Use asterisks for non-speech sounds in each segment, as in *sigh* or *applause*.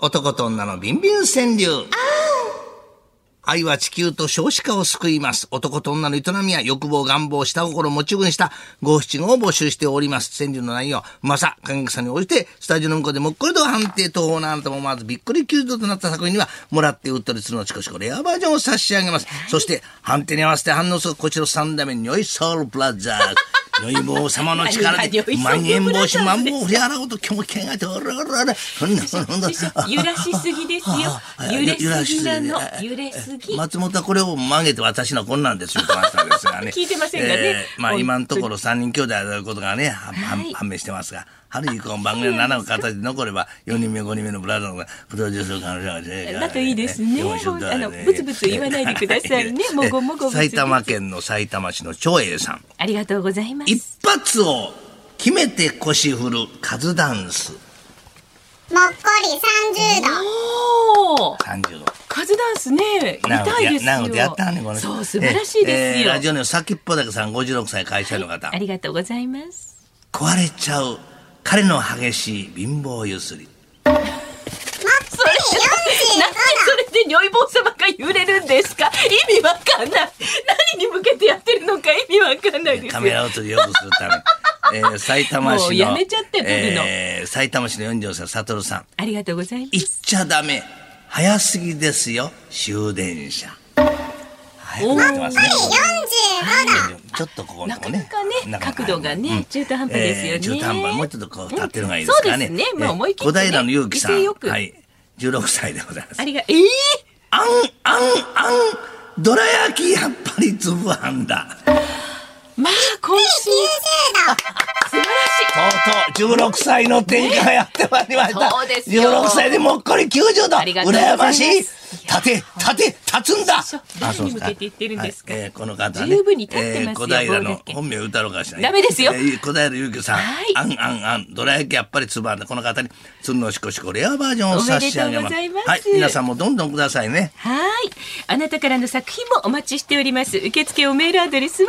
男と女のビンビン川柳。愛は地球と少子化を救います。男と女の営みや欲望、願望、下心を持ち分した五七五を募集しております。川柳の内容、まさ、感覚さに応じて、スタジオの向こうでもっこりと判定東方のあなたも思わずびっくり90度となった作品には、もらってうっとりするのチコチコレアバージョンを差し上げます。そして、判定に合わせて反応するこちら三代目、ニョイソウルブラザーズ。ニョイ坊様の力 *laughs* で、まん延防止、まん防を振り払おうと、今日もがて、おらおらおら、ほんなほんなほんな師匠 *laughs* 揺らしすぎですよはあはあ揺れすぎなのええ揺れすぎ松本はこれを曲げて私のこんなんですよと話したんですがね *laughs* 聞いてませんがねえーまあ本当に今のところ三人兄弟であることがねはははい判明してますが春以降番組の7の形で残れば4人目5人目のブラザーがプロデュースの可能性が出てくるだといいですね面白いあのブツブツ言わないでくださいねもごもごブツブツ埼玉県の埼玉市の長英さんありがとうございます一発を決めて腰振るカズダンスもっこり30度おお30度カズダンスね見なたいですよのでやったねこの人そう素晴らしいでえすーよ、ラジオネーム先っぽだけさん56歳会社員の方、ありがとうございます壊れちゃう彼の激しい貧乏ゆ *laughs* すりそれなんでそれで如意棒様が揺れるんですか意味わかんない何に向けてやってるのか意味わかんないですカよメラ音でよくするため、えー、埼玉市のもうやめちゃってブルのえー埼玉市の44歳悟さんありがとうございま行っすちゃダメ早すぎですよ終電車早くおーなってますね45度ちょっとここのなとこねかなかねなかなか角度がね、うん中途半端ですよね、えー中途半端もうちょっとこう立ってるのがいいですかね。うんそうですねまあ思い切って小ね平の勇気さ威ん。勢よくはい。16歳でございますあ。りがええあん、あん、あん、どら焼きやっぱり粒あんだ。まあ今週素晴らしいとうとう16歳の天下がやってまいりました。そうですよ16歳でもっこり90度。ありがとうござい羨ますましい。立て、立て、立つんだ師匠。あそう誰に向けて言ってるんですかはいえーこの方はね。十分に立ってまえーすよ小平棒だのけ本名歌うのかしら。ダメですよえー小平ゆうきさん。はいあん、あん、あん、どら焼きやっぱり粒あんだ。この方に、つんのしこしこレアバージョンを差し上げます。おめでとうございはまいす。皆さんもどんどんくださいね。はい。あなたからの作品もお待ちしております。受付おメールアドレスは、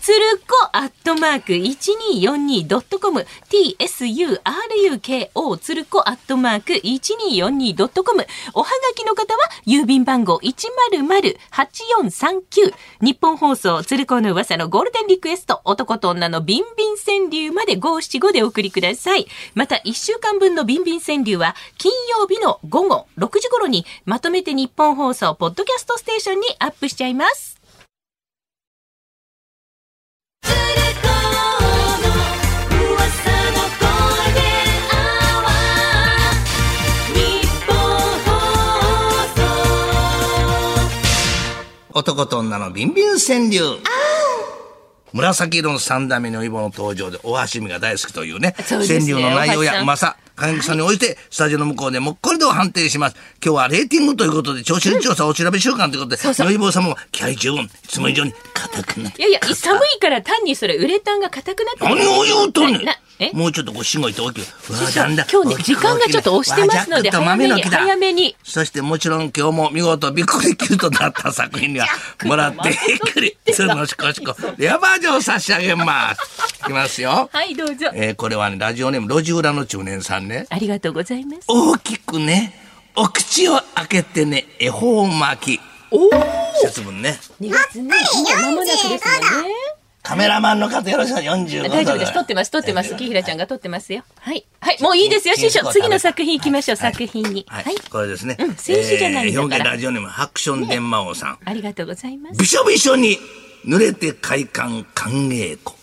つるこアットマーク 1242.com、tsuruko つるこアットマーク 1242.com。おはがきの方は、郵便番号100-8439。日本放送、つるこの噂のゴールデンリクエスト、男と女のビンビン川柳まで575でお送りください。また、1週間分のビンビン川柳は、金曜日の午後6時頃に、まとめて日本放送、ポッドキャストステーションにアップしちゃいます。男と女のビンビン川柳。紫色の三段目のイボの登場で大橋美が大好きというね、そうです川ね柳の内容大橋さやんまさ、金木さんに応じて、スタジオの向こうでもっこりと判定します。今日はレーティングということで、聴取調査お調べ週間ということで、そうそうのイボ様も気合十分、いつも以上に硬くなっいて。やいや、寒いから単にそれ、ウレタンが硬くなってる何を言うとんねんななえもうちょっとこうしごいて大きく。わあ師匠だんだん今日ね大きく時間がちょっと押してますのでわあジャックと豆の木だ早めにそしてもちろん今日も見事びっくりキュートだった作品に *laughs* はもらってびっくりするのしこしこレアバージョンを差し上げます。いきますよ。はい、どうぞ。えー、これはね、ラジオネーム、路地裏の中年さんね。ありがとうございます。大きくね、お口を開けてね、恵方巻き。おお節分ね。 !2 月ね、もう間もなくですもんね。カメラマンの方よろしく45度大丈夫です。撮ってます、撮ってます。木平ちゃんが撮ってますよ。はい。はい、もういいですよ、師匠。次の作品行きましょう、作品に。は、はいい。これですね。うん静止じゃないんだからえー兵庫ラジオネーム、ハクション電魔王さん。ありがとうございます。びしょびしょに濡れて快感歓迎湖。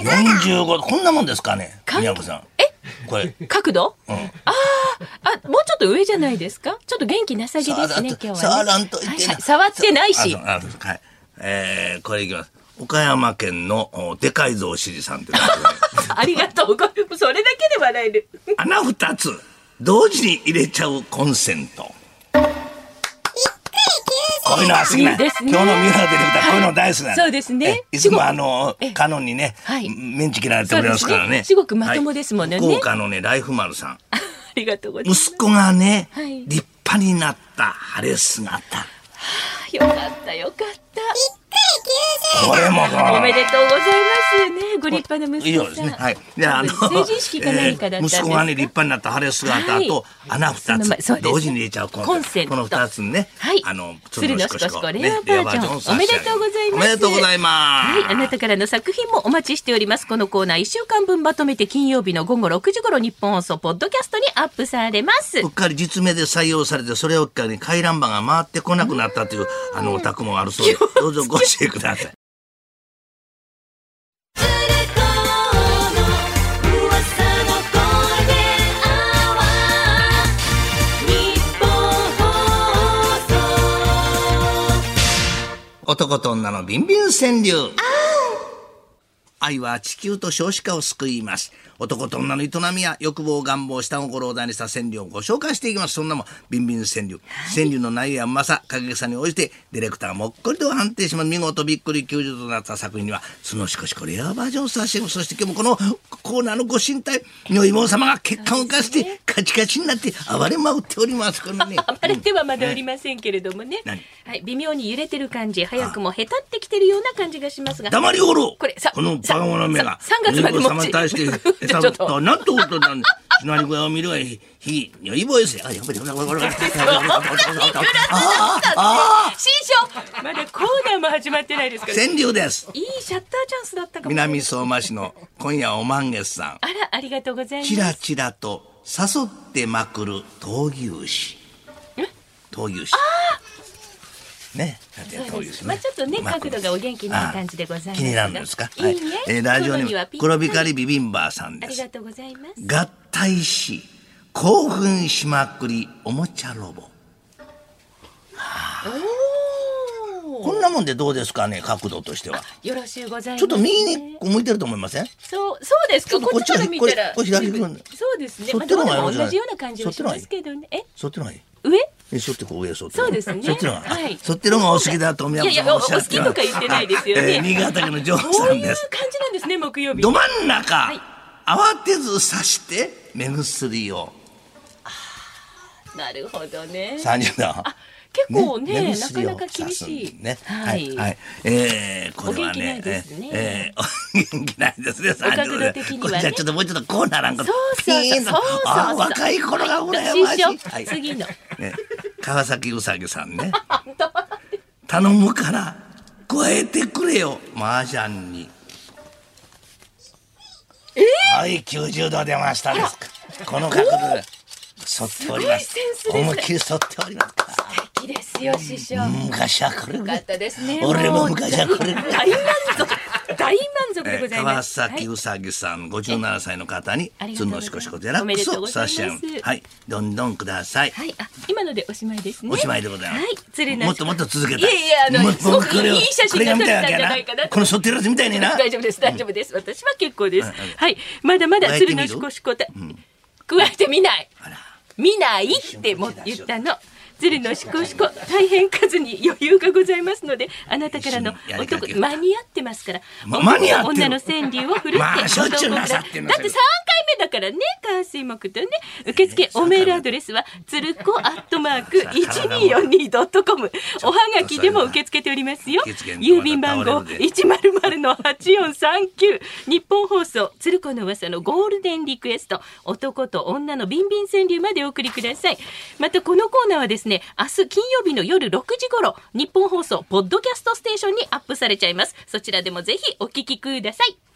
45度45度。こんなもんですかねかん宮子さん。えこれ。角度、んあああもうちょっと上じゃないですかちょっと元気なさげですね触らんと今日はね触らんといてなはいはい触ってないしあ、そうあそうはい。えー、これいきます。岡山県のおでかいぞおしりさんって方でね *laughs* ありがとうございますそれだけで笑える穴二つ、同時に入れちゃうコンセント。こういうのは好きないいですね今日のミューラーディレクター、こういうの大好きなのそうですねえいつもあのえ、カノンにね、はいメンチ切られておりますからそうですね。ねすごくまともですもんねはい福岡のね、ライフ丸さん。ありがとうございます息子がね、はい立派になった晴れ姿。よかったよかったこれもかおめでとうございますね。ご立派な以息子上さん。ですね。はい。で、あの、成人式か何かだったんですえーか。息子がね、立派になった晴れ姿と、はい穴二その前そうつ、です同時に入れちゃうコンコンセントこの二つにね、はいあの、鶴のしこしこレアバージョンね差し上げるおめでとうございますおめでとうございます。はい、あなたからの作品もお待ちしております。このコーナー1週間分まとめて金曜日の午後6時頃日本放送ポッドキャストにアップされます。うっ。かり実名で採用されて、それをきっかけに回覧板が回ってこなくなったという、あの、お宅もあるそうで、どうぞご注意ください。男と女のビンビン川柳。愛は地球と少子化を救います。男と女の営みや欲望、願望、下心を題にした川柳をご紹介していきます。そんなもん、ビンビン川柳。川柳の内容やうまさ、過激さに応じて、ディレクターがもっこりと判定します。見事びっくり90となった作品には、そのしこしこレアバージョンを差し上げますそして今日もこのコーナーのご神体、如意坊様が血管を浮かせて、カチカチになって暴れまうっております。このね *laughs* 晴れてはまだおりませんけれどもね何。はい、微妙に揺れてる感じ、早くもへたってきてるような感じがしますが。 *laughs* 黙りおろうこれさこのバカ者めがささ3月まで持ちお様に対して *laughs* ちさょっとちょっとなんてことなんだシナリオを見るがいいひいやいいボイスあやばいやばいやばいやばいやばいあーあ新章まだコーナーも始まってないですかーら。い川柳ですいシャッターチャンスだったかも。南相馬市の今夜お満月さんあら、ありがとうございます。チラチラと誘ってまくる闘牛士闘牛士ね闘牛士ねまあちょっとねまく角度がお元気な感じでござあいますがー気になるんですかいいねはえーラジオネ好みはーぴムったり黒光りビビンバーさんあでりすがとうございます。合体し興奮しまくりおもちゃロボおこんなもんでどうですかね角度としてはーよろしゅうございます。ちょっと右にこう向いてると思いませんそう、そうですか。ちょっとここっっちちからが見たら。これこれ左行くんだそうですね。そまあ、っちのど方うでがよろもしい同じような感じはしますけどね。え、そっちの方がいい上。えそっちこう上そっちそうですねそっちの方が、はいそっちの方がお好きだと宮本さんがおっしゃっていやいやお好きとか言ってないですよねあえー新潟県のジョーこさうんいうで感すじなんですね。木曜日。ど真ん中、い慌てず刺して目薬をなるほどね。 30度あ、結構ね、目なか薬をなか厳し刺すんい。ですね。ははい、い。はい、えー、これはお元気ないね、ですねえー、お元気ないですね。角度的にはねこれじゃあちょっともうちょっとこうならんかそうそうそう。そうそうそう。 *laughs* あー若い頃が羨ましい。新章はい次の。ね、川崎うさぎさんね。頼むから加えてくれよ麻雀に。はい90度出ましたですこの角度で反っておりますすごいセンスですね思いっきり反っておりますからいいですよ、師匠。よ昔はこれぐからいったですね。俺もう昔はこれぐらい大満足。大満足でえごーざい川ます。崎はうさぎさん、57歳の方にあり、がとつうんございまのすしこしこデラックスを差し上げおめでとうございますはい、どんどんください。い。はい。あ、今のでおしまいですね。おしまいでございます。はい。鶴のもっともっと続けたいえいえあのもうすごくもうこれをいい写真が撮れたんじゃないこれが見たいかなわけやこの反ってるやつみたいにな。大丈夫です、大丈夫です。私は結構です。うんうんはい。まだまだ加えて鶴みのるしこしこた、加えてみない。あら見ないっても言ったの。鶴のしこしこ、大変数に余裕がございますので、あなたからの一緒にやりか男、けよう間に合ってますから、ま間に合ってる女の川柳を振るって、まあしょっちゅうご投稿くださなさっていんだのって3回目だからね、火水木とね、受付おメールアドレスは、つるこアットマーク 1242.com、おはがきでも受け付けておりますよ受付。の郵便番号倒れるで一ゼロゼロの八四三九日本放送鶴子の噂のゴールデンリクエスト男と女のビンビン川柳までお送りください。またこのコーナーはですね明日金曜日の夜6時頃日本放送ポッドキャストステーションにアップされちゃいます。そちらでもぜひお聞きください。